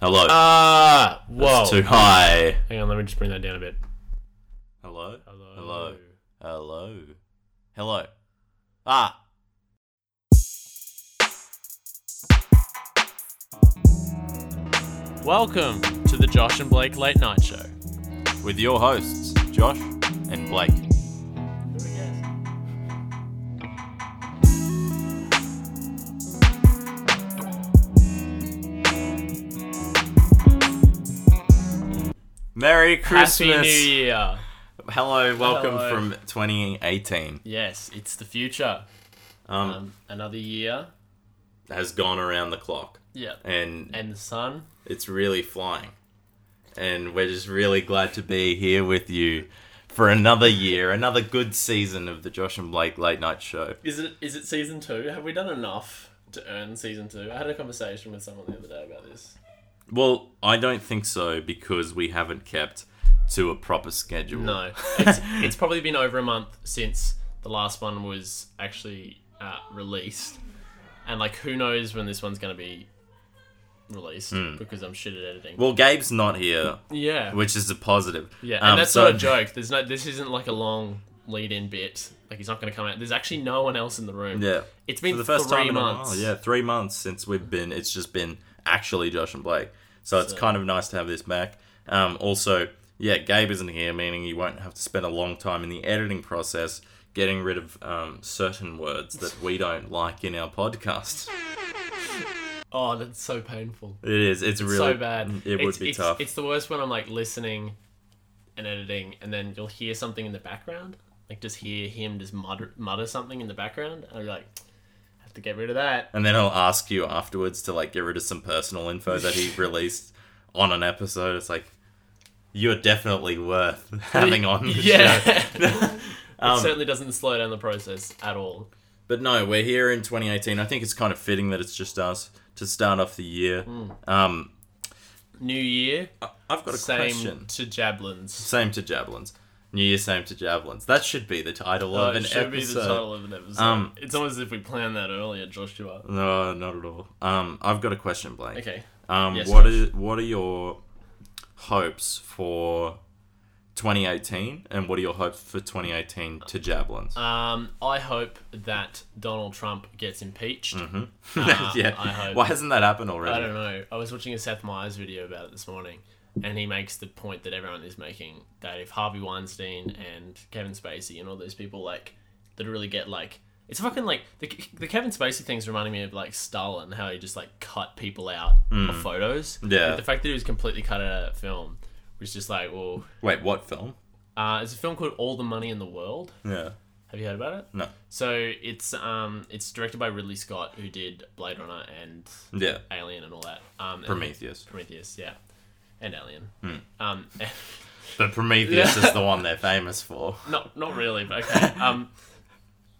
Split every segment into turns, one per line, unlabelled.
Hello.
Ah, whoa.
It's too high.
Hang on, let me just bring that down a bit.
Hello.
Hello.
Hello. Hello. Hello. Ah.
Welcome to the Josh and Blake Late Night Show.
With your hosts, Josh and Blake. Merry Christmas.
Happy New Year.
Hello, welcome
Hello.
from 2018.
Yes, it's the future.
Um,
Um, another year. Uh.
has gone around the clock
Yeah.
and
And the sun.
it's really flying. And we're just really glad to be here with you for another year, another good season of the Josh and Blake Late Night Show.
Is it is it season two? Have we done enough to earn season two? I had a conversation with someone the other day about this.
Well, I don't think so because we haven't kept to a proper schedule.
No, it's, it's probably been over a month since the last one was actually uh, released, and like who knows when this one's going to be released because I'm shit at editing.
Hmm. Well, Gabe's not here,
yeah,
which is a positive.
yeah, and
Um,
that's
so-
not a joke. There's no, this isn't like a long lead-in bit. Like he's not going to come out. There's actually no one else in the room.
Yeah.
it's been
For the first
three
time in
months.
a while. Oh, Yeah, three months since we've been. It's just been actually Josh and Blake. So it's
So-
kind of nice to have this back. Um, also, yeah, Gabe isn't here, meaning you won't have to spend a long time in the editing process getting rid of um, certain words that we don't like in our podcast.
Oh, that's so painful.
It is. It's really
so bad.
It
it's,
would be
it's,
tough.
It's the worst when I'm like listening and editing, and then you'll hear something in the background, like just hear him just mutter, mutter something in the background, and I'm like, have to get rid of that.
and then I'll ask you afterwards to like get rid of some personal info that he released on an episode. It's like you're definitely worth having on the
Yeah.
show. Um,
it certainly doesn't slow down the process at all.
But no, we're here in 2018. I think it's kind of fitting that it's just us to start off the year.
Hmm.
Um,
New year,
I- I've got a
same
question.
to Jablins.
Same to javelins. New Year, same to javelins. That should be the title
Oh,
of an
it should
episode.
be the title of an episode.
Um,
it's almost as if we planned that earlier, Joshua.
No, not at all. Um, I've got a question, Blake.
Okay.
Um,
Yes,
what
Josh.
is what are your hopes for 2018, and what are your hopes for 2018 to javelins?
Um, I hope that Donald Trump gets impeached.
yeah.
I hope-
Why hasn't that happened already?
I don't know. I was watching a Seth Meyers video about it this morning, and he makes the point that everyone is making that if Harvey Weinstein and Kevin Spacey and all those people like literally get like it's fucking like the, the Kevin Spacey thing's reminding me of like Stalin, how he just like cut people out of photos.
Hmm. Yeah.
Like, the fact that he was completely cut out of that film was just like, well,
Wait, what film?
uh, it's a film called All the Money in the World.
Yeah.
Have you heard about it?
No.
So it's um it's directed by Ridley Scott, who did Blade Runner and
Yeah.
Alien and all that. Um, and-
Prometheus.
Prometheus, yeah, and Alien. Um,
But Prometheus
Yeah.
is the one they're famous for.
not not really, but okay. Um,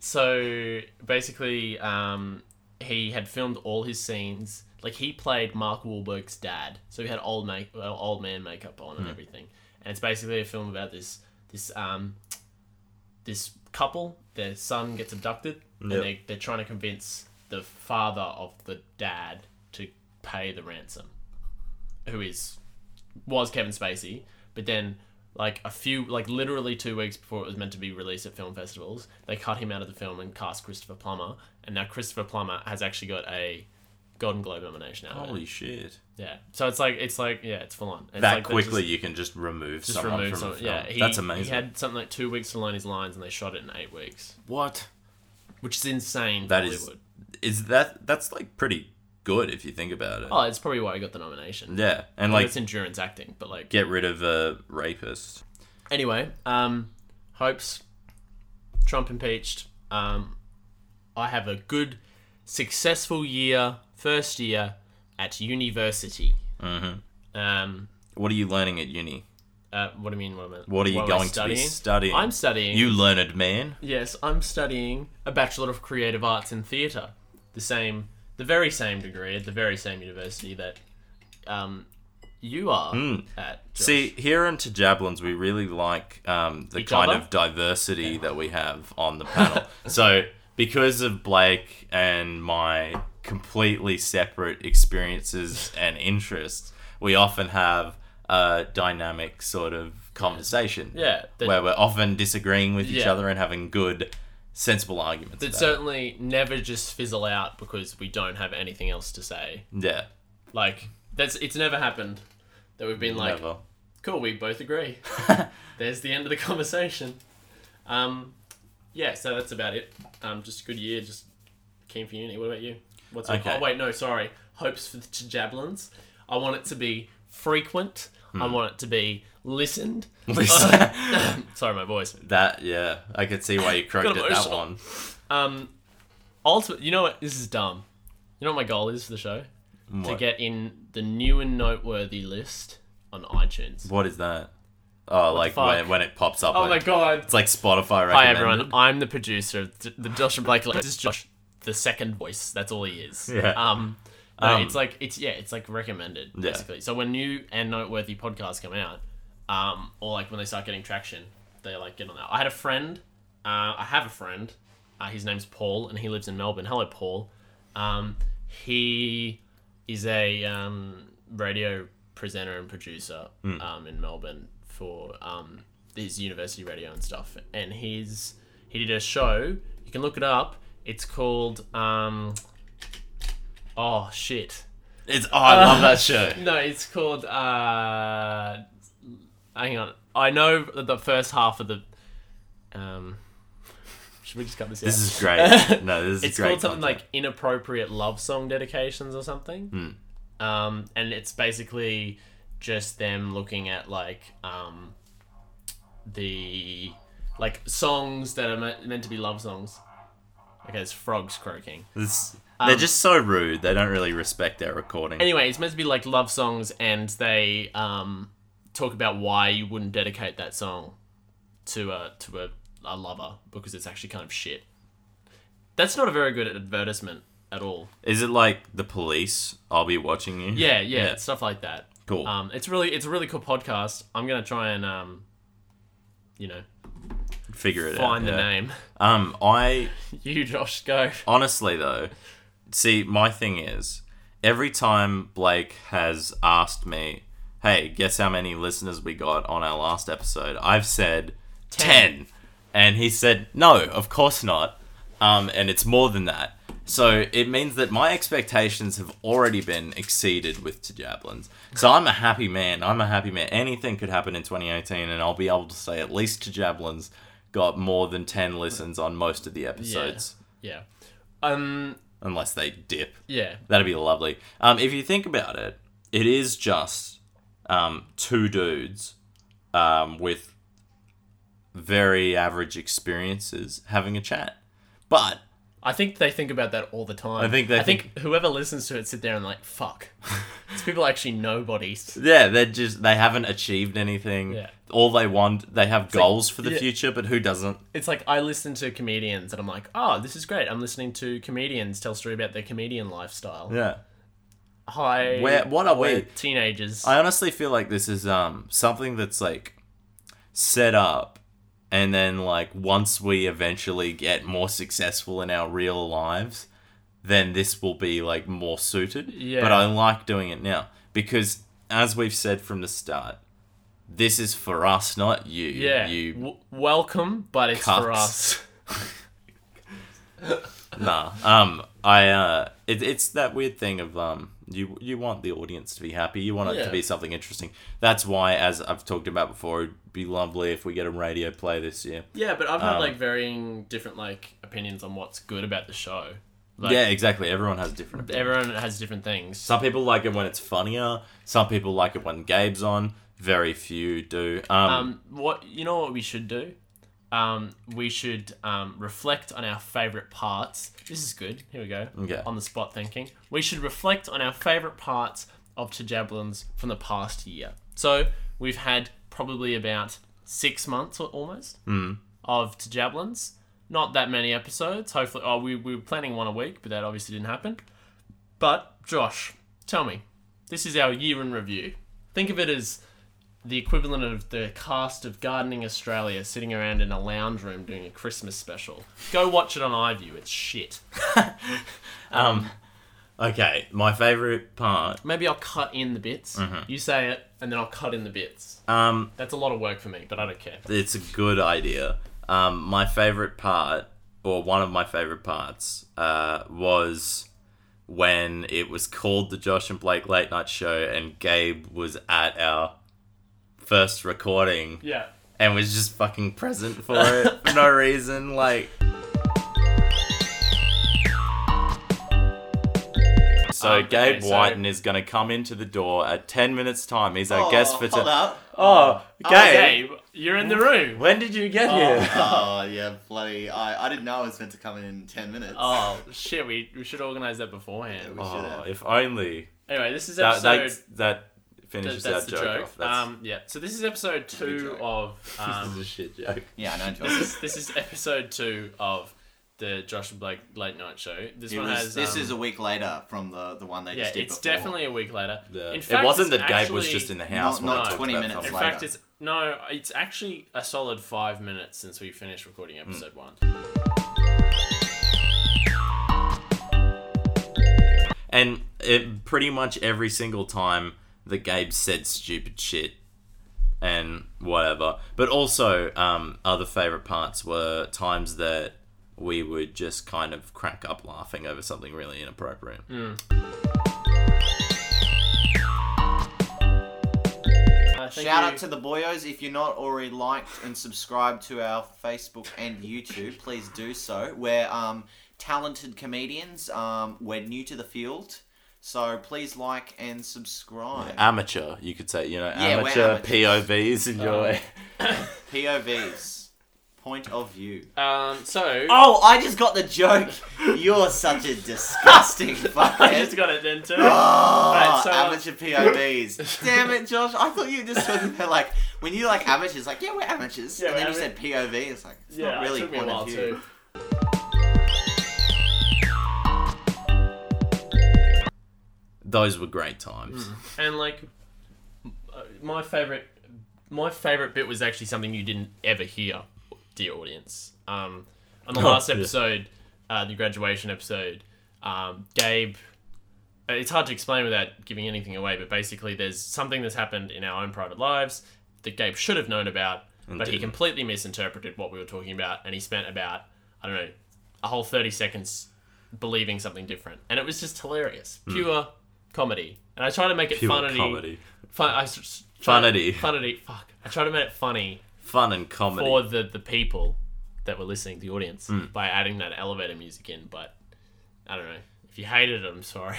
so basically, um, he had filmed all his scenes. Like he played Mark Wahlberg's dad, so he had old make well, old man makeup on and everything. And it's basically a film about this this um this couple. Their son gets abducted,
Yep.
and they they're trying to convince the father of the dad to pay the ransom, who is was Kevin Spacey, but then like a few like literally two weeks before it was meant to be released at film festivals, they cut him out of the film and cast Christopher Plummer, and now Christopher Plummer has actually got a Golden Globe nomination out. of it.
Holy shit.
Yeah, so it's like it's like yeah, it's full on. It's
that
like they
quickly
just-
you can just remove
Just
someone
remove
from
some,
a film.
yeah. He,
That's amazing.
He had something like two weeks to learn his lines, and they shot it in eight weeks,
what?
which is insane.
That
That
is-
is.
Is that that's like pretty good if you think about it.
Oh, it's probably why he got the nomination.
Yeah. And
Like
like
it's endurance acting, but like
get rid of a rapist.
anyway, um, hopes Trump impeached. Um, I have a good, successful year, first year at university. Mm-hmm. Um,
What are you learning at uni?
uh, what do you mean? What, am I,
What are you
am I
going to be studying?
I'm studying.
You learned man.
Yes, I'm studying a Bachelor of Creative Arts in Theatre. The same, the very same degree at the very same university that, um, you are at. Josh.
See, here in Jablins, we really like um, the
Each
kind
other?
of diversity that we have on the panel. so, because of Blake and my completely separate experiences and interests, we often have a dynamic sort of conversation.
Yeah, that-
where we're often disagreeing with each
Yeah.
other and having good, sensible arguments.
that
about it.
certainly never just fizzle out because we don't have anything else to say.
yeah,
Like that's it's never happened that we've been like,
never.
cool, we both agree. There's the end of the conversation. Um, yeah, so that's about it. Um, just a good year. Just keen for uni. What about you? What's your-
Okay.
oh wait no sorry hopes for the Ch- jablins. I want it to be frequent.
Hmm.
I want it to be listened. sorry, my voice.
that yeah, I could see why you croaked at that
emotional.
one.
Um, ultimate. You know what? This is dumb. You know what my goal is for the show? To
What?
get in the new and noteworthy list on iTunes.
What is that? Oh, like
fuck?
when, when it pops up.
Oh
when-
my god!
It's like Spotify.
Hi
recommended.
everyone. I'm the producer of th- the Josh and Blake. This is Josh, the second voice. That's all he is.
Yeah.
Um. no,
Um,
it's like it's yeah, it's like recommended
Yeah.
basically. So when new and noteworthy podcasts come out, um, or like when they start getting traction, they like get on that. I had a friend, uh, I have a friend, uh, his name's Paul, and he lives in Melbourne. Hello, Paul. Um, he is a um, radio presenter and producer
Hmm.
um, in Melbourne for um, his university radio and stuff. And his he did a show. You can look it up. It's called um, oh shit.
It's oh, I love that show.
No, it's called. Uh, hang on, I know the first half of the. Um, should we just cut this out?
This is great. No, this is
it's
great.
called something
content.
like inappropriate love song dedications or something.
Hmm.
Um, and it's basically just them looking at like um, the like songs that are me- meant to be love songs. Okay, there's frogs croaking.
This-
um,
they're just so rude. They don't really respect their recording.
Anyway, it's meant to be like love songs, and they um, talk about why you wouldn't dedicate that song to a to a, a lover because it's actually kind of shit. That's not a very good advertisement at all.
Is it like the police? I'll be watching you.
Yeah, yeah,
Yeah.
stuff like that.
Cool.
Um, it's really it's a really cool podcast. I'm gonna try and um, you know,
Figure it
find
out.
the
yeah.
name.
Um, I
You, Josh, go.
honestly though, see, my thing is, every time Blake has asked me, "Hey, guess how many listeners we got on our last episode?" I've said
Ten.
ten, and he said, "No, of course not." Um, and it's more than that. So it means that my expectations have already been exceeded with Jablins. So I'm a happy man. I'm a happy man. Anything could happen in 2018, and I'll be able to say at least Jablins got more than 10 listens on most of the episodes
Yeah. Um.
unless they dip.
Yeah.
That'd be lovely. Um, if you think about it, it is just um, two dudes um, with very average experiences having a chat. But
I think they think about that all the time.
I think they
I think, whoever listens to it sit there and like, fuck. These people are actually nobodies.
yeah, they're just they haven't achieved anything.
Yeah.
All they want, they have goals for the
yeah.
future, but who doesn't?
It's like I listen to comedians and I'm like, oh, this is great. I'm listening to comedians tell a story about their comedian lifestyle.
Yeah.
Hi.
Where- what are
we're
we?
Teenagers.
I honestly feel like this is um something that's like set up and then like once we eventually get more successful in our real lives, then this will be like more suited.
Yeah.
But I like doing it now because as we've said from the start, this is for us, not you.
yeah.
You
W- welcome, but it's for
Cucks.
us.
nah. Um I uh it, it's that weird thing of um you you want the audience to be happy, you want it
Yeah.
to be something interesting. That's why as I've talked about before, it'd be lovely if we get a radio play this year.
Yeah, but I've had
Um,
like varying different like opinions on what's good about the show. Like,
yeah, exactly. Everyone has different. opinions.
Everyone has different things.
Some people like it when it's funnier. Some people like it when Gabe's on. Very few do. Um,
Um, what you know what we should do? Um, we should um, reflect on our favorite parts. This is good. Here we go.
Okay.
On the spot thinking. We should reflect on our favorite parts of Tajablins from the past year. So we've had probably about six months or almost of Tajablins. Not that many episodes. Hopefully, oh, we, we were planning one a week, but that obviously didn't happen. But Josh, tell me, this is our year in review. Think of it as the equivalent of the cast of Gardening Australia sitting around in a lounge room doing a Christmas special. Go watch it on iView. It's shit.
um, Okay, my favorite part.
Maybe I'll cut in the bits.
Mm-hmm.
You say it, and then I'll cut in the bits.
Um,
That's a lot of work for me, but I don't care.
it's a good idea. Um, my favorite part, or one of my favorite parts, uh, was when it was called the Josh and Blake Late Night Show, and Gabe was at our first recording
Yeah.
and was just fucking present for it for no reason. Like, so
Um, okay,
Gabe
so-
Whiten is gonna come into the door at ten minutes time. He's our guest for
Oh, hold
today.
up.
Oh, Gabe,
Okay, you're in the room.
when did you get here?
Oh, yeah, bloody. I, I didn't know I was meant to come in in 10 minutes.
Oh shit, we, we should organize that beforehand.
we should
Oh,
have.
if only
Anyway, this is
that
episode.
that, that
th-
finishes
that's
that
the
joke,
joke.
off. That's,
Um, yeah. So this is episode
a
two
joke.
of
this is a
um,
shit joke.
Yeah, I know, Josh.
this is this is episode two of the Josh and Blake late night show. This
It
one
was-
has
this
um,
is a week later from the, the one they
yeah.
just did
It's
before.
definitely a week later.
The-
in fact,
it wasn't
it's
that Gabe was
actually-
just in the house.
Not-
when I
not
talked
20
about
minutes
something.
In
later.
fact, it's no. It's actually a solid five minutes since we finished recording
Hmm.
episode one.
And it, pretty much every single time that Gabe said stupid shit and whatever. But also, um, other favourite parts were times that we would just kind of crack up laughing over something really inappropriate.
Mm. Uh, thank
Shout
you.
out to the boyos. If you're not already liked and subscribed to our Facebook and YouTube, please do so. We're um, talented comedians. Um, we're new to the field. So please like and subscribe.
Amateur, you could say, you know,
Yeah, we're
amateur
amateurs.
POVs in your
Um,
POVs. Point of view.
Um, so
Oh, I just got the joke. You're such a disgusting
I just
fuckhead.
got it then too.
Oh,
Alright, so, um,
amateur POVs. Damn it, Josh. I thought you were just talking about like when you like amateurs, like yeah, we're amateurs,
Yeah,
and then
we're
you said POV. It's like it's
yeah,
not really
it took me a
point
while
of view.
too.
Those were great times.
Mm.
And like, uh, my favorite, my favorite bit was actually something you didn't ever hear, dear audience. Um, on the
Oh,
last
yeah.
episode, uh, the graduation episode, um, Gabe. uh, It's hard to explain without giving anything away, but basically, there's something that's happened in our own private lives that Gabe should have known about, but he
didn't.
completely misinterpreted what we were talking about, and he spent about I don't know a whole thirty seconds believing something different, and it was just hilarious, pure comedy. And I try to make it
Hmm. Pure
funny.
comedy.
Fun, I s- s-
Funnity.
Try, funnity. Fuck. I try to make it funny
Fun and comedy.
for the, the people that were listening, the audience,
Hmm.
by adding that elevator music in. But I don't know. If you hated it, I'm sorry.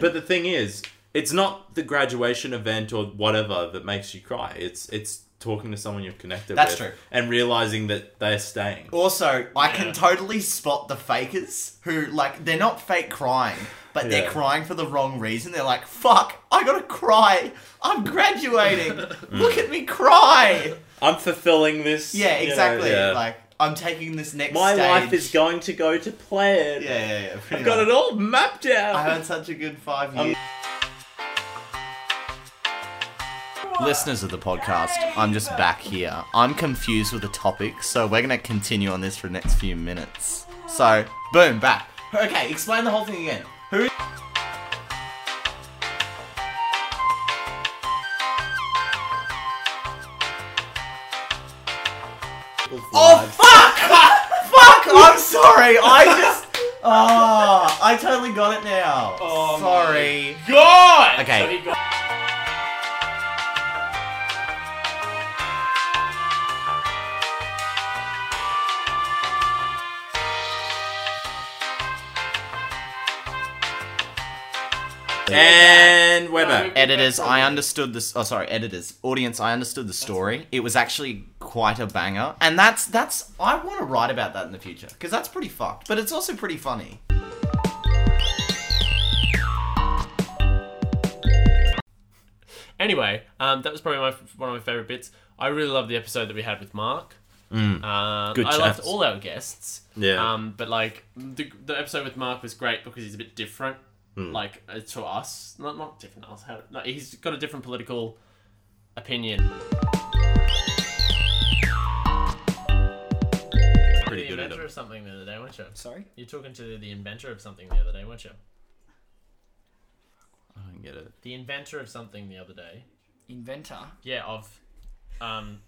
But the thing is, it's not the graduation event or whatever that makes you cry. It's it's talking to someone you're connected
That's
with
true.
and realizing that they're staying.
Also, I
Yeah.
can totally spot the fakers who like they're not fake crying, but
Yeah.
they're crying for the wrong reason. They're like, "Fuck, I gotta cry. I'm graduating. Look at me cry."
I'm fulfilling this.
Yeah,
you know,
exactly.
yeah.
Like I'm taking this next.
my
stage.
life is going to go to plan.
Yeah, yeah, yeah. pretty
I've got Um,
much.
it all mapped out.
I had such a good five years. Listeners of the podcast, I'm just back here. I'm confused with the topic, so we're gonna continue on this for the next few minutes. So, boom, back. Okay, explain the whole thing again. Who? Oh fuck! fuck! I'm sorry. I just. Oh, I totally got it now.
Oh, my
sorry.
God.
Okay.
So he got-
And we're back.
editors, I understood this. Oh, sorry, editors, audience, I understood the story. It was actually quite a banger, and that's that's. I want to write about that in the future because that's pretty fucked, but it's also pretty funny.
Anyway, um, that was probably my, one of my favorite bits. I really loved the episode that we had with Mark. Um,
Mm. Good
I loved
chats.
all our guests.
Yeah.
Um, but like the, the episode with Mark was great because he's a bit different,
Mm.
like uh, to us. Not not different to us. How, no, he's got a different political opinion.
Pretty good at it.
of something the other day, weren't you?
Sorry?
You're talking to the inventor of something the other day, weren't you?
I don't get it.
The inventor of something the other day.
Inventor.
Yeah, of um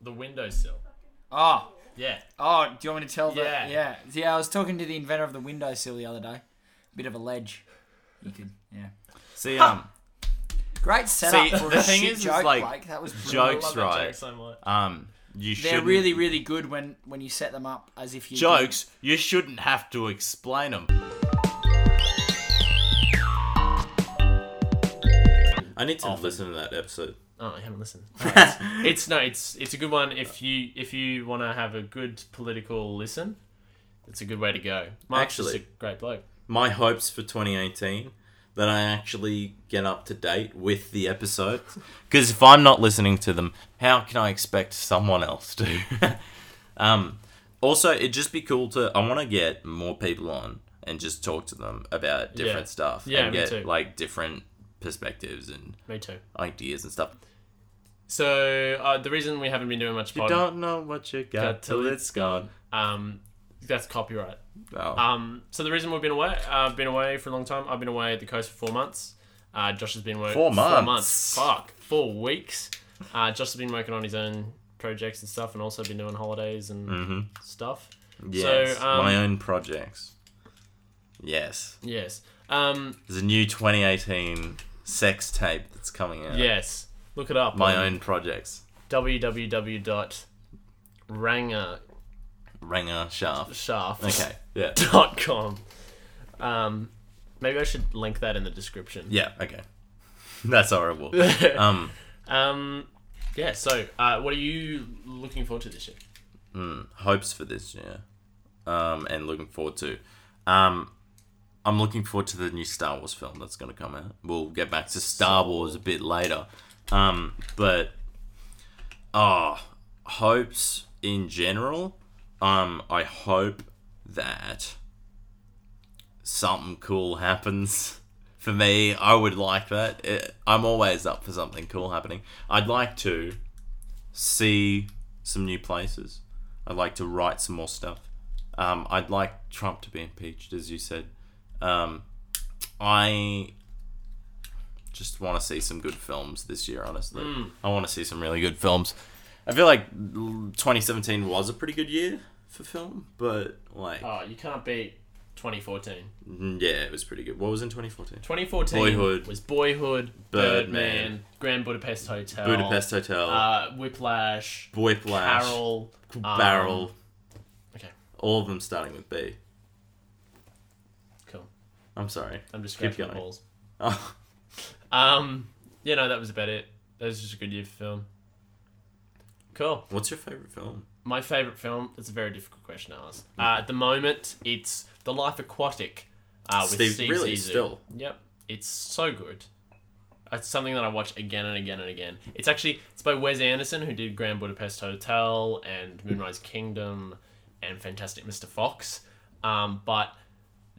the windowsill.
Oh,
Yeah.
oh, do you want me to tell the
Yeah.
yeah. Yeah, I was talking to the inventor of the windowsill the other day. Bit of a ledge. You could yeah.
See, um,
Great setup
See,
for
the
a
thing
shit
is, is
joke,
like,
Blake. That was
I
brutal.
jokes,
love that
right.
joke so much.
um, you
They're
shouldn't-
really, really good when when you set them up as if you
jokes. You shouldn't have to explain them. I need to listen to that episode.
Oh, I haven't listened. it's no, it's it's a good one if you if you want to have a good political listen. It's a good way to go. Mark's just
Actually-
a great bloke.
My hopes for 2018 that I actually get up to date with the episodes because if I'm not listening to them, how can I expect someone else to? um, also, it'd just be cool to. I want to get more people on and just talk to them about different
Yeah.
stuff
Yeah,
and
me
get
too.
like different perspectives and
Me too.
ideas and stuff.
So uh, the reason we haven't been doing much pod,
know what you
Got till it's
gone.
um, that's copyright.
Oh.
Um, so the reason we've been away, uh, been away for a long time. I've been away at the coast for four months. Uh, Josh has been working
Four
Four
months.
months. Fuck. Four weeks. Uh, Josh has been working on his own projects and stuff, and also been doing holidays and
hmm
stuff.
Yes,
So, um,
my own projects. Yes,
Yes. Um,
there's a new 2018 sex tape that's coming out.
Yes. Look it up.
my
on
own projects.
www.rangershaft.com.
Ranger shaft. Okay, yeah,
Um, maybe I should link that in the description.
yeah, okay. That's horrible. Um,
Um, yeah, so uh, what are you looking forward to this year?
mm, hopes for this year, um, and looking forward to. Um, I'm looking forward to the new Star Wars film that's going to come out. We'll get back to Star Wars a bit later, um, but oh, hopes in general. Um, I hope that something cool happens for me. I would like that. It, I'm always up for something cool happening. I'd like to see some new places. I'd like to write some more stuff. Um, I'd like Trump to be impeached, as you said. Um, I just want to see some good films this year, honestly. I want to see some really good films. I feel like l- 2017 was a pretty good year for film, but like,
Oh, you can't beat 2014.
mm, yeah, it was pretty good. What was in 2014?
2014
Boyhood.
was Boyhood, Birdman,
Birdman.
Grand Budapest Hotel,
Budapest Hotel,
uh, Whiplash,
Whiplash,
Carol, um,
Barrel.
okay.
All of them starting with B.
Cool.
I'm sorry.
I'm just
Keep
scratching the
going.
balls.
Oh,
Um, you know, that was about it. That was just a good year for film. Cool.
what's your favorite film?
My favourite film, it's a very difficult question to ask. Uh, at the moment, it's The Life Aquatic uh, with Steve,
Steve- really,
Zissou.
still?
Yep. It's so good. It's something that I watch again and again and again. It's actually, it's by Wes Anderson, who did Grand Budapest Hotel and Moonrise Kingdom and Fantastic Mr. Fox. Um, but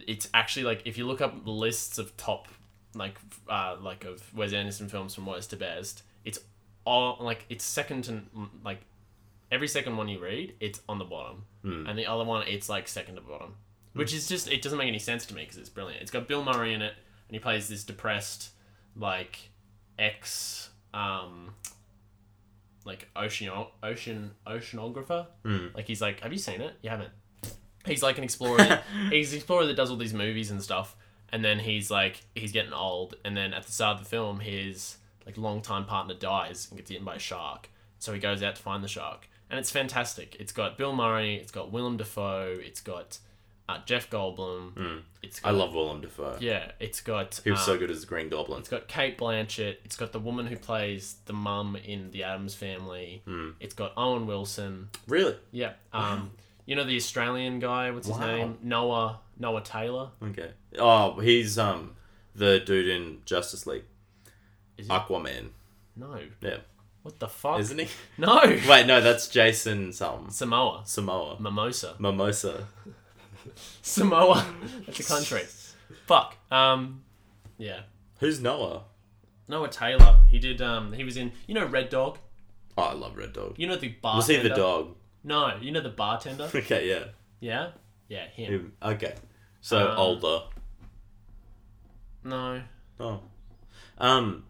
it's actually like if you look up lists of top like f- uh like of Wes Anderson films from worst to best, it's all like it's second to n- like every second one you read, it's on the bottom, and the other one it's like second to bottom, which is just it doesn't make any sense to me because it's brilliant. It's got Bill Murray in it, and he plays this depressed like ex um like ocean ocean oceanographer.
Hmm.
Like he's like, have you seen it? You haven't. He's like an explorer. he's an explorer that does all these movies and stuff. And then he's like, he's getting old. And then at the start of the film, his like longtime partner dies and gets eaten by a shark. So he goes out to find the shark, and it's fantastic. It's got Bill Murray. It's got Willem Dafoe. It's got uh, Jeff Goldblum. It's got,
Hmm. I love Willem Dafoe.
Yeah, it's got.
He was
um,
so good as the Green Goblin.
it's got Kate Blanchett. It's got the woman who plays the mum in the Adams Family.
Hmm.
It's got Owen Wilson.
Really?
Yeah. Um, you know the Australian guy. What's his
Wow.
name? Noah Noah Taylor.
Okay. Oh, he's um the dude in Justice League.
Is he?
Aquaman.
No.
Yeah.
What the fuck?
Isn't he?
No.
Wait, no, that's Jason something.
Samoa.
Samoa.
Mimosa.
Mimosa.
Samoa. That's a country. Fuck. Um. Yeah.
Who's Noah?
Noah Taylor. He did. Um. He was in. You know Red Dog.
Oh, I love Red Dog.
You know the bar.
Was he the dog?
No, you know the bartender?
Okay, yeah.
yeah? Yeah, him.
Him. Okay. So
Um,
older.
No.
Oh. Um,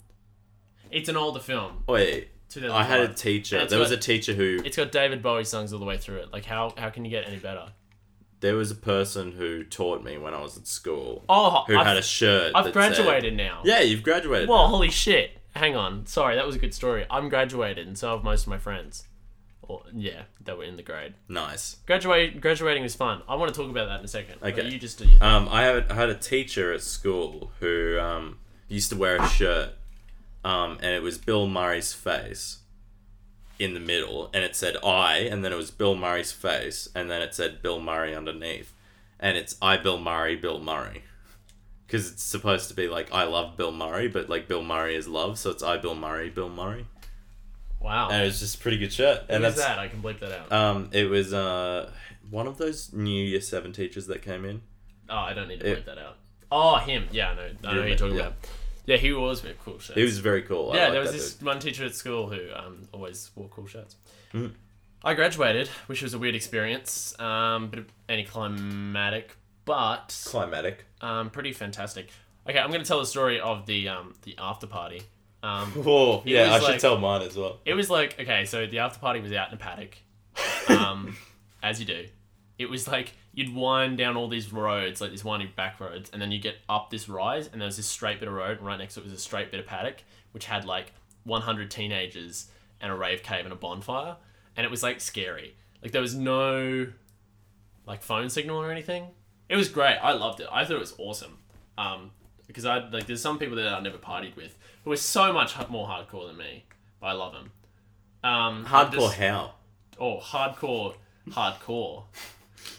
It's an older film.
wait.
2005.
I had a teacher.
That's
There was a
what-
teacher who
It's got David Bowie songs all the way through it. Like how how can you get any better?
there was a person who taught me when I was at school
Oh,
who
I've,
had a shirt.
I've
that
graduated now.
Said, yeah, you've graduated.
Well, holy shit. Hang on. Sorry, that was a good story. I'm graduated, and so have most of my friends. Or yeah, that were in the grade.
nice.
Graduate graduating was fun. I want to talk about that in a second. but
Okay.
you just do. your-
Um, I had, I had a teacher at school who um, used to wear a shirt, um, and it was Bill Murray's face in the middle, and it said I, and then it was Bill Murray's face, and then it said Bill Murray underneath, and it's I, Bill Murray, Bill Murray. Because it's supposed to be like I love Bill Murray, but like Bill Murray is love, so it's I, Bill Murray, Bill Murray.
Wow.
And it was just a pretty good shirt. And
Who is
that's
that? I can bleep that out.
um, it was uh, one of those New Year Seven teachers that came in.
oh, I don't need to
it-
bleep that out. Oh, him. Yeah, I know. I know who
Yeah,
you're talking
yeah.
about. Yeah, he was with cool shirts.
It was very cool. I
yeah,
like
there was
that
this
dude.
one teacher at school who um, always wore cool shirts.
Mhm.
I graduated, which was a weird experience, um, bit of anticlimactic, but
climatic.
um, pretty fantastic. Okay, I'm going to tell the story of the um, the after party. Um,
Whoa,
It
yeah, I
was
should
like-
tell mine as well.
it was like okay, so the after party was out in a paddock, um, as you do. It was like you'd wind down all these roads, like these winding back roads, and then you get up this rise, and there was this straight bit of road, and right next to it was a straight bit of paddock, which had like 100 teenagers and a rave cave and a bonfire, and it was like scary. Like there was no like phone signal or anything. It was great. I loved it. I thought it was awesome. Um, because I like there's some people that I never partied with who are so much h- more hardcore than me, but I love them. Um, I'm
Hardcore
just-
how?
oh, hardcore, hardcore.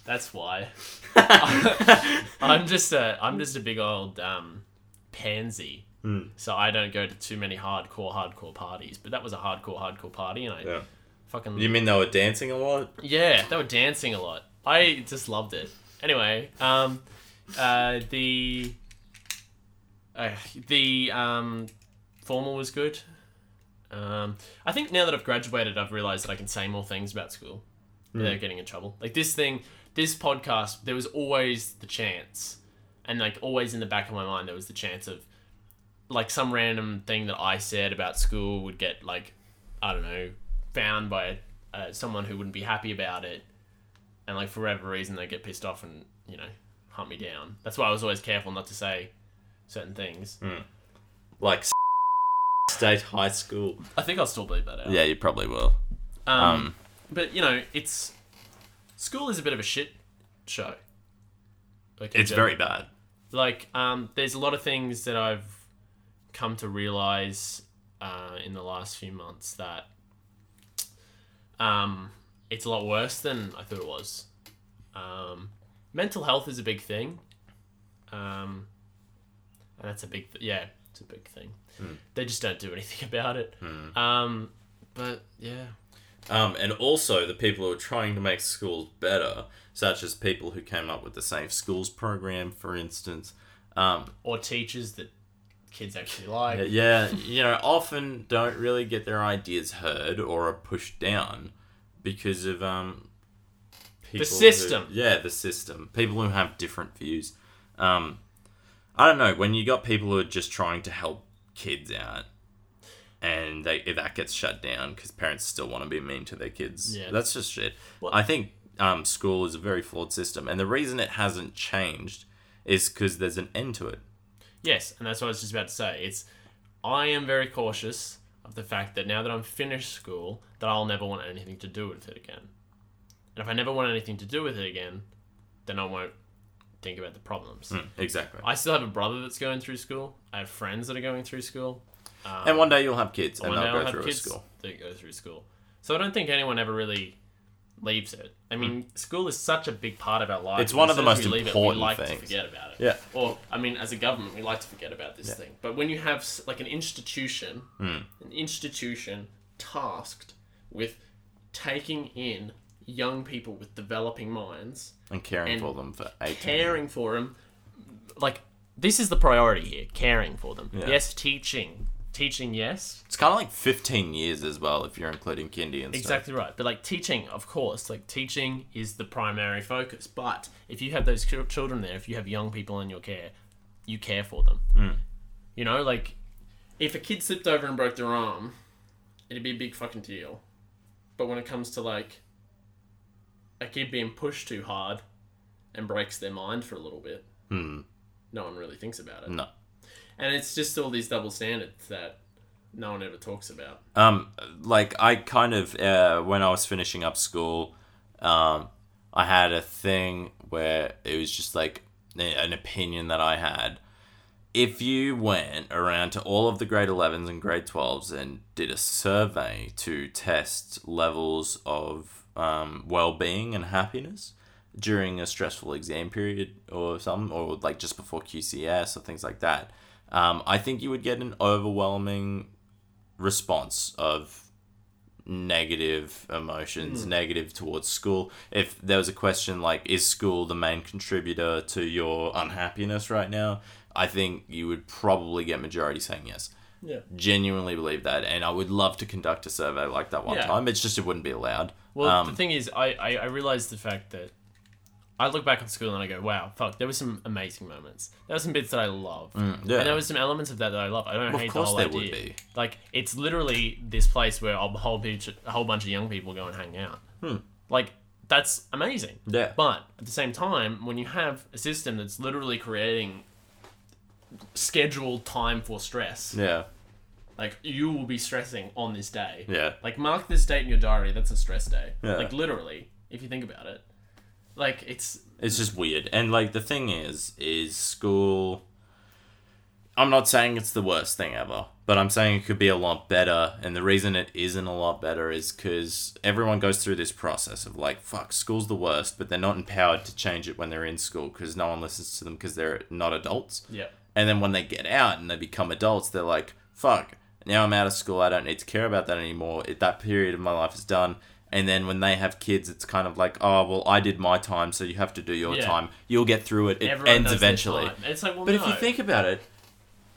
That's why. I'm just a I'm just a big old um, pansy.
Hmm.
So I don't go to too many hardcore hardcore parties, but that was a hardcore hardcore party, and I
Yeah.
fucking
You mean they were dancing a lot?
yeah, they were dancing a lot. I just loved it. Anyway, um, uh, the uh, the um, formal was good. Um, I think now that I've graduated, I've realised that I can say more things about school without getting in trouble. Like this thing, this podcast, there was always the chance, and like always in the back of my mind, there was the chance of like some random thing that I said about school would get like I don't know found by uh, someone who wouldn't be happy about it, and like for whatever reason they get pissed off and you know hunt me down. That's why I was always careful not to say certain things.
Hmm. Like s- state high school?
I think I'll still bleep that out.
Yeah, you probably will.
Um,
Um,
but you know, it's school is a bit of a shit show. Like, in
it's
general.
very bad.
like um, there's a lot of things that I've come to realize uh, in the last few months that um, it's a lot worse than I thought it was. Um, mental health is a big thing, um, and that's a big th- yeah, it's a big thing. They just don't do anything about it. Um, but yeah,
Um, and also the people who are trying to make schools better, such as people who came up with the Safe Schools program, for instance. Um,
or teachers that kids actually like.
yeah, you know, often don't really get their ideas heard or are pushed down because of um, people who-
system.
yeah, the system. People who have different views. Um, I don't know. When you got people who are just trying to help kids out, and they if that gets shut down because parents still want to be mean to their kids.
Yeah.
that's just shit.
Well-
I think um, school is a very flawed system, and the reason it hasn't changed is because there's an end to it.
Yes, and that's what I was just about to say. It's I am very cautious of the fact that now that I'm finished school, that I'll never want anything to do with it again. And if I never want anything to do with it again, then I won't think about the problems.
Hmm. Exactly.
I still have a brother that's going through school. I have friends that are going through school. Um,
and one day you'll have kids, and
one day
they'll
I'll
go
have
through a
kids
school.
that go through school. So I don't think anyone ever really leaves it. I mean, school is such a big part of our life.
Mm. It's
and
one
as
of the
soon as
most
we leave it,
important
we like
things.
To forget about it.
Yeah.
Or I mean, as a government, we like to forget about this thing. But when you have s- like an institution,
Hmm.
an institution tasked with taking in young people with developing minds
And caring
And
for them for eighteen.
caring for them. Like this is the priority here: caring for them. Yes, teaching teaching, yes,
It's kind of like 15 years as well, if you're including kindy and stuff.
exactly right. But like teaching, of course, like teaching is the primary focus. But if you have those chil- children there, if you have young people in your care, you care for them.
Hmm.
You know, like if a kid slipped over and broke their arm, it'd be a big fucking deal. But when it comes to like a kid being pushed too hard and breaks their mind for a little bit, no one really thinks about it.
Hmm. No.
And it's just all these double standards that no one ever talks about.
Um, like I kind of uh, when I was finishing up school, um, I had a thing where it was just like a- an opinion that I had. If you went around to all of the grade 11s and grade 12s and did a survey to test levels of um, well-being and happiness during a stressful exam period or something, or like just before QCS or things like that, um, I think you would get an overwhelming response of negative emotions,
Hmm.
negative towards school. If there was a question like, is school the main contributor to your unhappiness right now? I think you would probably get majority saying yes.
Yeah.
Genuinely believe that, and I would love to conduct a survey like that one
Yeah.
time. It's just it wouldn't be allowed.
Well,
um,
the thing is, I, I, I realized the fact that I look back on school and I go, wow, fuck, there were some amazing moments. There were some bits that I loved.
Mm, yeah.
And there were some elements of that that I love. I don't
Well, of
hate
course
the whole
there
idea.
would be.
Like, it's literally this place where a whole bunch, a whole bunch of young people go and hang out.
Hmm.
Like, that's amazing.
Yeah.
But at the same time, when you have a system that's literally creating scheduled time for stress,
yeah,
like you will be stressing on this day.
yeah,
Like mark this date in your diary. That's a stress day.
Yeah.
Like literally, if you think about it, like it's
it's just weird. And like the thing is, is school. I'm not saying it's the worst thing ever, but I'm saying it could be a lot better. And the reason it isn't a lot better is because everyone goes through this process of like, fuck, school's the worst, but they're not empowered to change it when they're in school because no one listens to them because they're not adults.
yeah,
And then when they get out and they become adults, they're like, fuck, now I'm out of school. I don't need to care about that anymore. It, that period of my life is done. And then when they have kids, it's kind of like, oh, well, I did my time, so you have to do your
Yeah.
time. You'll get through it. It
everyone
ends
does their
eventually.
time. It's like well,
But
no.
if you think about it,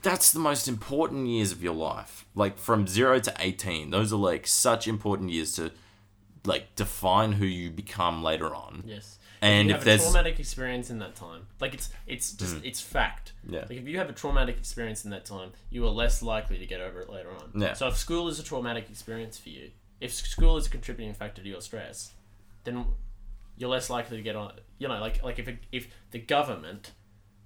that's the most important years of your life. Like from 0 to 18, those are like such important years to like define who you become later on.
yes,
And
you
if
have
there's- Mm.
a traumatic experience in that time, like it's it's just it's fact.
Yeah.
Like if you have a traumatic experience in that time, you are less likely to get over it later on.
Yeah.
So if school is a traumatic experience for you, if school is a contributing factor to your stress, then you're less likely to get on. You know, like like if it, if the government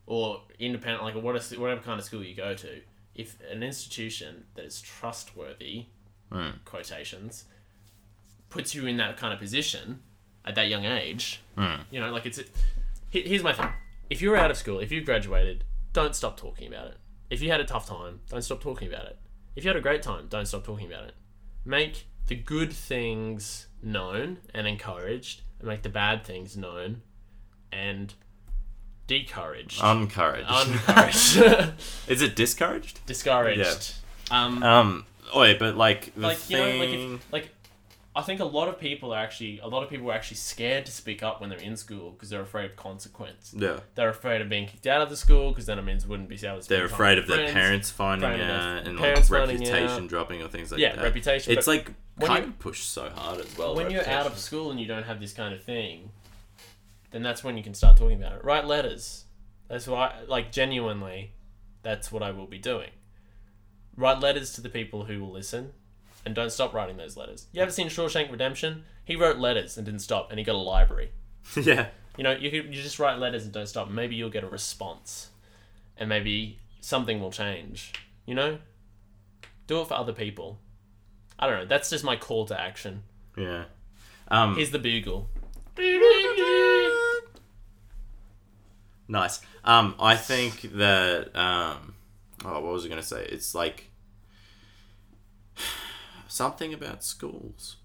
or independent, like what is, whatever kind of school you go to, if an institution that is trustworthy,
Hmm.
quotations, puts you in that kind of position at that young age, you know, like it's. it- he- Here's my thing: if you're out of school, if you've graduated, don't stop talking about it. If you had a tough time, don't stop talking about it. If you had a great time, don't stop talking about it. Make the good things known and encouraged, and make the bad things known and decouraged.
Oh. Uncouraged.
Uncouraged.
is it discouraged?
Discouraged. Um,
Um, oi, but like the
like you know,
thing.
like if, like I think a lot of people are actually a lot of people are actually scared to speak up when they're in school because they're afraid of consequence.
yeah.
They're afraid of being kicked out of the school because then it means wouldn't be able to. spend
They're
time
afraid
with
of their
friends.
parents finding
afraid of their
out and
parents
like
finding
reputation
out.
dropping or things like
Yeah,
that.
reputation,
It's
but
like
when
kind
you-
of pushed so hard as well.
When you're out of
reputation.
school and you don't have this kind of thing, then that's when you can start talking about it. Write letters. That's why, like, genuinely, that's what I will be doing. Write letters to the people who will listen, and don't stop writing those letters. You ever seen Shawshank Redemption? He wrote letters and didn't stop, and he got a library.
yeah,
You know, you, could, you just write letters and don't stop. Maybe you'll get a response, and maybe something will change. You know, do it for other people. I don't know. That's just my call to action.
yeah. Um,
Here's the bugle.
nice. Um, I think that um, oh, what was I gonna say? It's like something about schools.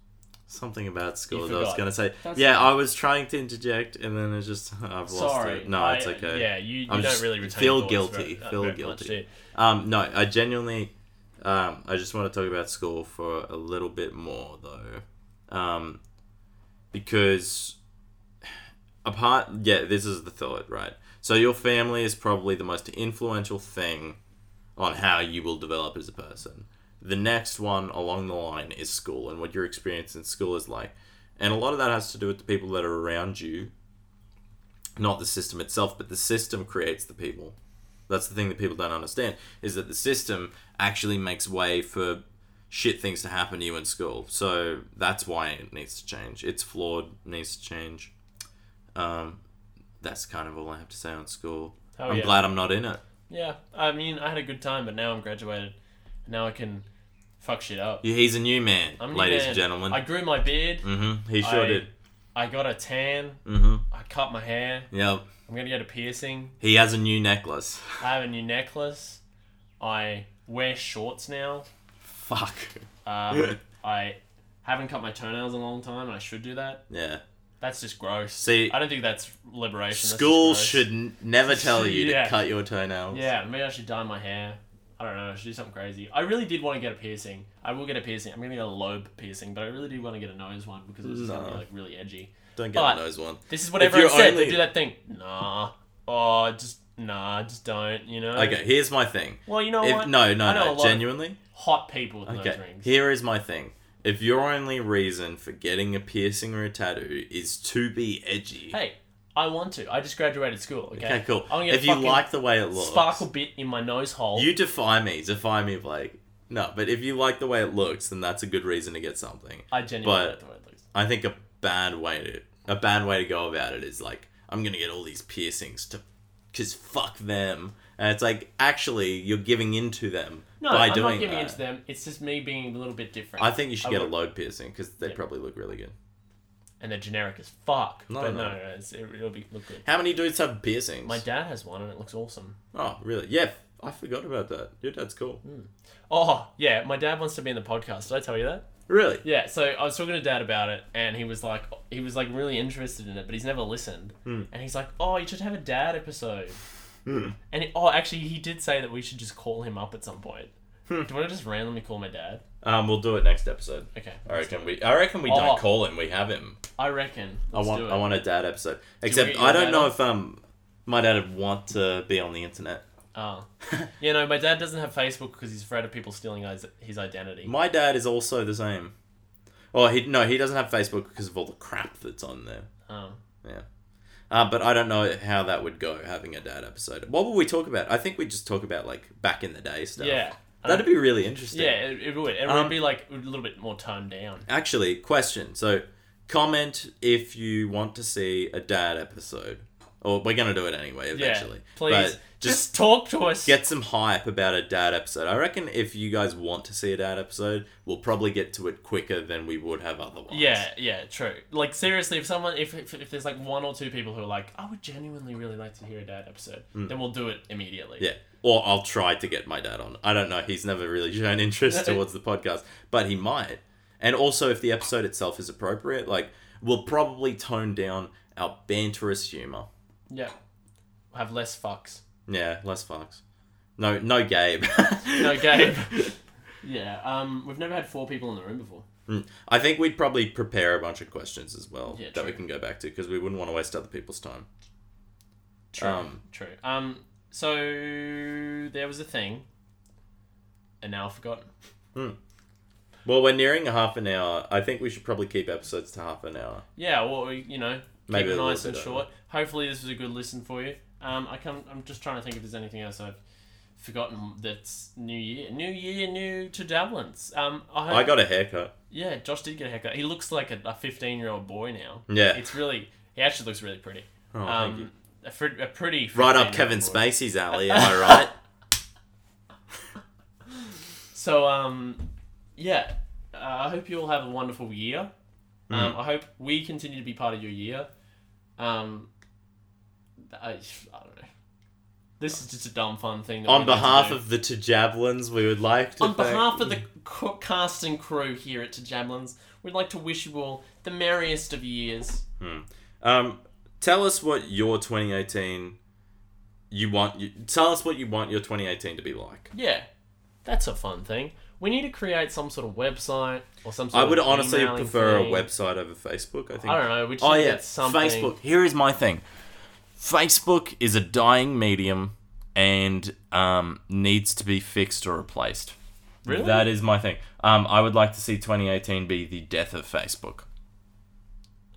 Something about schools. I was
forgot.
gonna say.
That's
yeah, I was trying to interject, and then it's just I've lost
Sorry.
it. No,
I-
it's okay.
Yeah, you, you
I'm
don't
just-
really retain
feel
thoughts
guilty,
very- uh,
feel
very much,
guilty.
do you?
Um, no, I genuinely, um, I just want to talk about school for a little bit more though, um, because apart, yeah, this is the thought, right? So your family is probably the most influential thing, on how you will develop as a person. The next one along the line is school and what your experience in school is like. And a lot of that has to do with the people that are around you, not the system itself, but the system creates the people. That's the thing that people don't understand is that the system actually makes way for shit things to happen to you in school. So that's why it needs to change. It's flawed, needs to change. Um, that's kind of all I have to say on school.
Oh,
I'm
yeah.
glad I'm not in it.
Yeah, I mean, I had a good time, but now I'm graduated. Now I can fuck shit up.
Yeah, He's a new man,
I'm a new
ladies
man.
and gentlemen.
I grew my beard.
mm-hmm. He sure
I-
did.
I got a tan.
Mm-hmm.
I cut my hair.
Yep.
I'm gonna get a piercing.
He has a new necklace.
I have a new necklace. I wear shorts now.
Fuck.
Um, I haven't cut my toenails in a long time. and I should do that.
Yeah.
That's just gross.
See-
I don't think that's liberation. that's
School
just gross.
should n- never tell you
Yeah.
to cut your toenails.
Yeah, maybe I should dye my hair. I don't know. I should do something crazy. I really did want to get a piercing. I will get a piercing. I'm gonna get a lobe piercing, but I really did want to get a nose one because it was just gonna
No.
be like really edgy.
Don't get
But-
a nose one.
This is what everyone
you're
said.
only-
They do that thing. Nah. Oh, just nah. Just don't. You know.
Okay, here's my thing.
Well, you know
If,
what?
no, no,
I know a
no.
lot of
Genuinely?
Hot people with
Okay,
nose rings.
here is my thing. If your only reason for getting a piercing or a tattoo is to be edgy,
Hey, I want to. I just graduated school. Okay.
okay, cool.
I'm gonna get
If you
fucking
like the way it looks,
sparkle bit in my nose hole.
You defy me. Defy me, Blake. No, but if you like the way it looks, then that's a good reason to get something.
I genuinely
but-
like the way it looks.
I think a bad way to a bad way to go about it is like I'm gonna get all these piercings to, cause fuck them. And it's like actually you're giving in to them
No,
by
I'm
doing
not giving
that.
in to them. It's just me being a little bit different.
I think you should
I
get
would-
a lobe piercing because they
Yeah.
probably look really good.
and they're generic as fuck.
No,
but
no.
no, no, it's, it, it'll be look good.
How many dudes have piercings?
My dad has one and it looks awesome.
Oh, really? Yeah, I forgot about that. Your dad's cool.
Oh, yeah, my dad wants to be in the podcast. Did I tell you that?
Really?
Yeah, so I was talking to dad about it and he was like he was like really interested in it, but he's never listened.
Hmm.
And he's like, "Oh, you should have a dad episode." And it- oh, actually he did say that we should just call him up at some point. Do
Hmm.
you want to just randomly call my dad?
Um, we'll do it next episode.
Okay.
I reckon we. I reckon we
Oh.
don't call him. We have him.
I reckon. Let's
I want
do it.
I want a dad episode. Except
get your
I don't
dad
know
on?
if um my dad would want to be on the internet.
Oh. yeah, no, my dad doesn't have Facebook because he's afraid of people stealing his, his identity.
My dad is also the same. Oh, he no, he doesn't have Facebook because of all the crap that's on there.
Oh.
Uh, but I don't know how that would go having a dad episode. What would we talk about? I think we just talk about like back in the day stuff.
Yeah.
That'd be really interesting.
Yeah, it, it would. It
Um,
would be like a little bit more toned down.
Actually, question. So, comment if you want to see a dad episode. Or we're going to do it anyway eventually.
yeah, please
But
just,
just
talk to us.
get some hype about a dad episode. I reckon if you guys want to see a dad episode, we'll probably get to it quicker than we would have otherwise.
yeah, yeah, true. Like seriously, if someone, if, if if there's like one or two people who are like, I would genuinely really like to hear a dad episode, then we'll do it immediately.
Mm. Yeah. Or I'll try to get my dad on. I don't know. He's never really shown interest towards the podcast, but he might. And also, if the episode itself is appropriate, like, we'll probably tone down our banterous humor.
yeah. Have less fucks.
Yeah, less fucks. No, no Gabe.
No, Gabe. yeah. Um, we've never had four people in the room before.
Mm. I think we'd probably prepare a bunch of questions as well
Yeah,
that we
true.
can go back to because we wouldn't want to waste other people's time.
True.
Um,
true. Um, so there was a thing, and now I've forgotten.
Well, we're nearing a half an hour. I think we should probably keep episodes to half an hour.
Yeah, well, we- you know,
Maybe
keep it
a little
nice and
bit
short. Hopefully, this was a good listen for you. Um, I can, I'm just trying to think if there's anything else I've forgotten that's new year, new year, new to Dablins. Um, I, hope,
I got a haircut.
yeah, Josh did get a haircut. He looks like a, a 15 year old boy now.
Yeah.
It's really, he actually looks really pretty.
oh, thank you.
um, a, fr- a pretty
Right
15-year-old
up Kevin
boy.
Spacey's alley, am I right?
So um, yeah, uh, I hope you all have a wonderful year.
Mm.
Um, I hope we continue to be part of your year. Um, I, I don't know. This is just a dumb fun thing. that
On
we like to
behalf
do.
of the two javelins, we would like to
on
thank-
behalf of the co- cast and crew here at Tajablins, we'd like to wish you all the merriest of years.
um, tell us what your 2018 you want. You, tell us what you want your 2018 to be like.
Yeah, that's a fun thing. We need to create some sort of website or some sort
I would
of
honestly
emailing
prefer
thing.
a website over Facebook. I think.
I don't know. We just
Oh
need to
yeah,
get something.
Facebook. Here is my thing. Facebook is a dying medium. and um, needs to be fixed or replaced.
Really?
That is my thing. Um, I would like to see 2018 be the death of Facebook.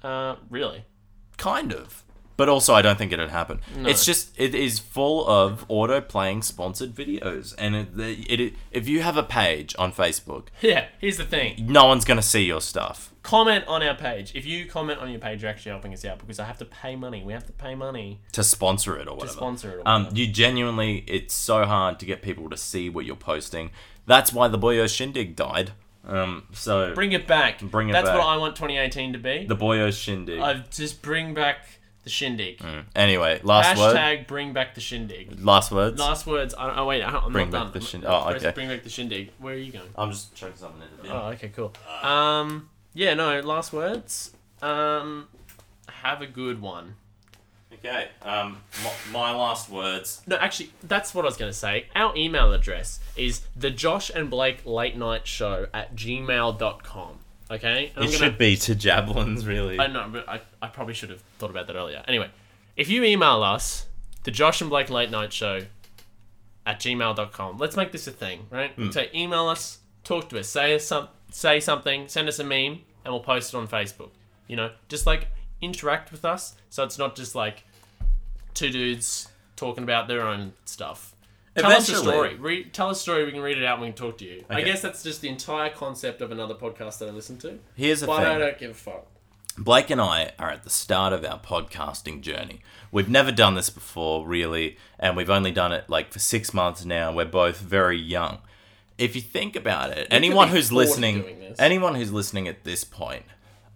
Uh, really?
Kind of. But also, I don't think it'd happen. It's just it is full of auto playing sponsored videos, and it, it, it if you have a page on Facebook,
Yeah. Here's the thing.
no one's gonna see your stuff.
Comment on our page. If you comment on your page, you're actually helping us out because I have to pay money. We have to pay money
to sponsor it or whatever.
sponsor it or
Um,
whatever.
you genuinely, it's so hard to get people to see what you're posting. That's why the Boyo Shindig died. Um, so
Bring it back.
Bring it
That's
back.
what I want 2018 to be.
the Boyo Shindig.
i just bring back the shindig.
anyway, Mm. last word.
Hashtag bring back the shindig.
Last words.
Last words. I don't, oh wait, I don't- I'm
Bring
not
back
done.
the
I'm-
shin-
I'm
oh,
supposed to
okay. Oh.
Bring back the shindig. Where are you going?
I'm just chucking something in the bin.
Oh, okay, cool. Um, yeah, no. Last words. Um, have a good one.
Okay. Um, my, my last words.
No, actually, that's what I was going to say. Our email address is the Josh and Blake Late Night Show at gmail.com. Okay? And
It should be to javelins, really.
I know, but I, I probably should have thought about that earlier. Anyway, if you email us, the Josh and Blake Late Night Show at gmail.com, let's make this a thing, right?
Hmm.
So email us, talk to us, say, us some, say something, send us a meme, and we'll post it on Facebook. You know, just like interact with us so it's not just like two dudes talking about their own stuff. Tell us a
Eventually.
story. Re- tell a story. We can read it out and we can talk to you. I
Okay.
guess that's just the entire concept of another podcast that I listen to.
Here's the
But
thing.
I don't give a fuck.
Blake and I are at the start of our podcasting journey. We've never done this before, really, and we've only done it like for six months now. We're both very young. If you think about it, anyone
be
who's
40 doing
listening,
this.
anyone who's listening at this point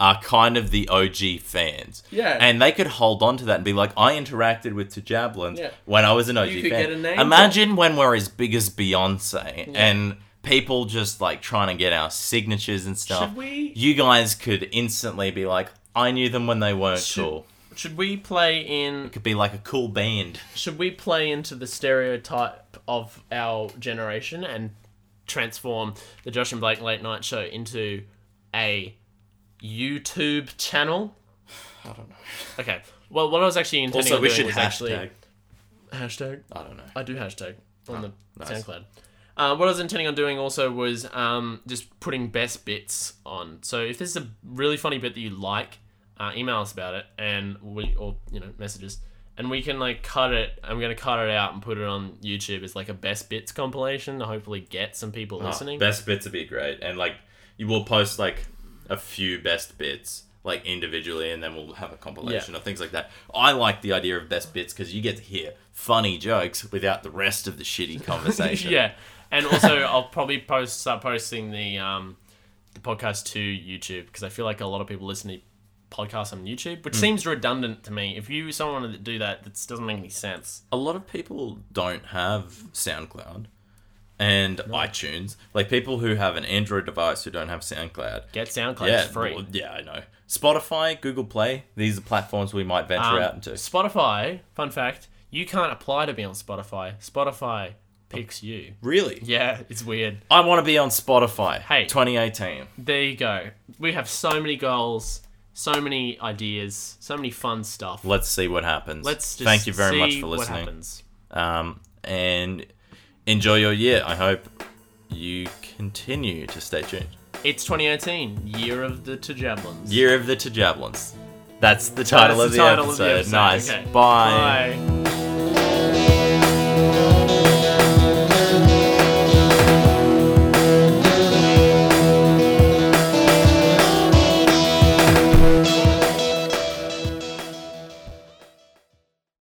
are kind of the OG fans.
Yeah.
And they could hold on to that and be like, I interacted with Tajablin
Yeah.
when I was an OG
could
fan.
get a name
Imagine when we're as big as Beyonce and people just like trying to get our signatures and stuff.
Should we-
You guys could instantly be like, I knew them when they weren't
Should-
cool.
Should we play in?
It could be like a cool band.
Should we play into the stereotype of our generation and transform the Josh and Blake late night show into a YouTube channel?
I don't know.
Okay. Well, what I was actually intending
Also,
on
we
doing
should
was
hashtag.
actually hashtag.
I don't know.
I do hashtag on the
nice.
SoundCloud. Uh, what I was intending on doing also was um, just putting best bits on. So if there's a really funny bit that you like, uh, email us about it, and we or you know messages, and we can like cut it. I'm gonna cut it out and put it on YouTube as like a best bits compilation to hopefully get some people listening.
Best bits would be great, and like you will post like a few best bits like individually, and then we'll have a compilation of things like that. I like the idea of best bits because you get to hear funny jokes without the rest of the shitty conversation.
yeah, and also I'll probably post start posting the um, the podcast to YouTube because I feel like a lot of people listen to podcasts on YouTube,
Mm.
which seems redundant to me. If you someone that do that, that doesn't make any sense.
a lot of people don't have SoundCloud and iTunes. Like people who have an Android device who don't have SoundCloud.
Get SoundCloud
yeah,
it's free.
well, yeah, I know. Spotify, Google Play, these are platforms we might venture
Um,
out into.
Spotify. Fun fact: you can't apply to be on Spotify. Spotify picks you.
Really?
Yeah, it's weird.
I want to be on Spotify.
Hey.
2018.
There you go. We have so many goals, so many ideas, so many fun stuff.
Let's see what happens.
Let's just
Thank you very
see
much for
what
listening.
happens.
Um, and enjoy your year. I hope you continue to stay tuned.
It's 2018, year of the two javelins.
Year of the Tajablins. That's the title,
That's
of,
the
the
title of the
episode.
episode,
Nice.
okay.
Bye.
Bye.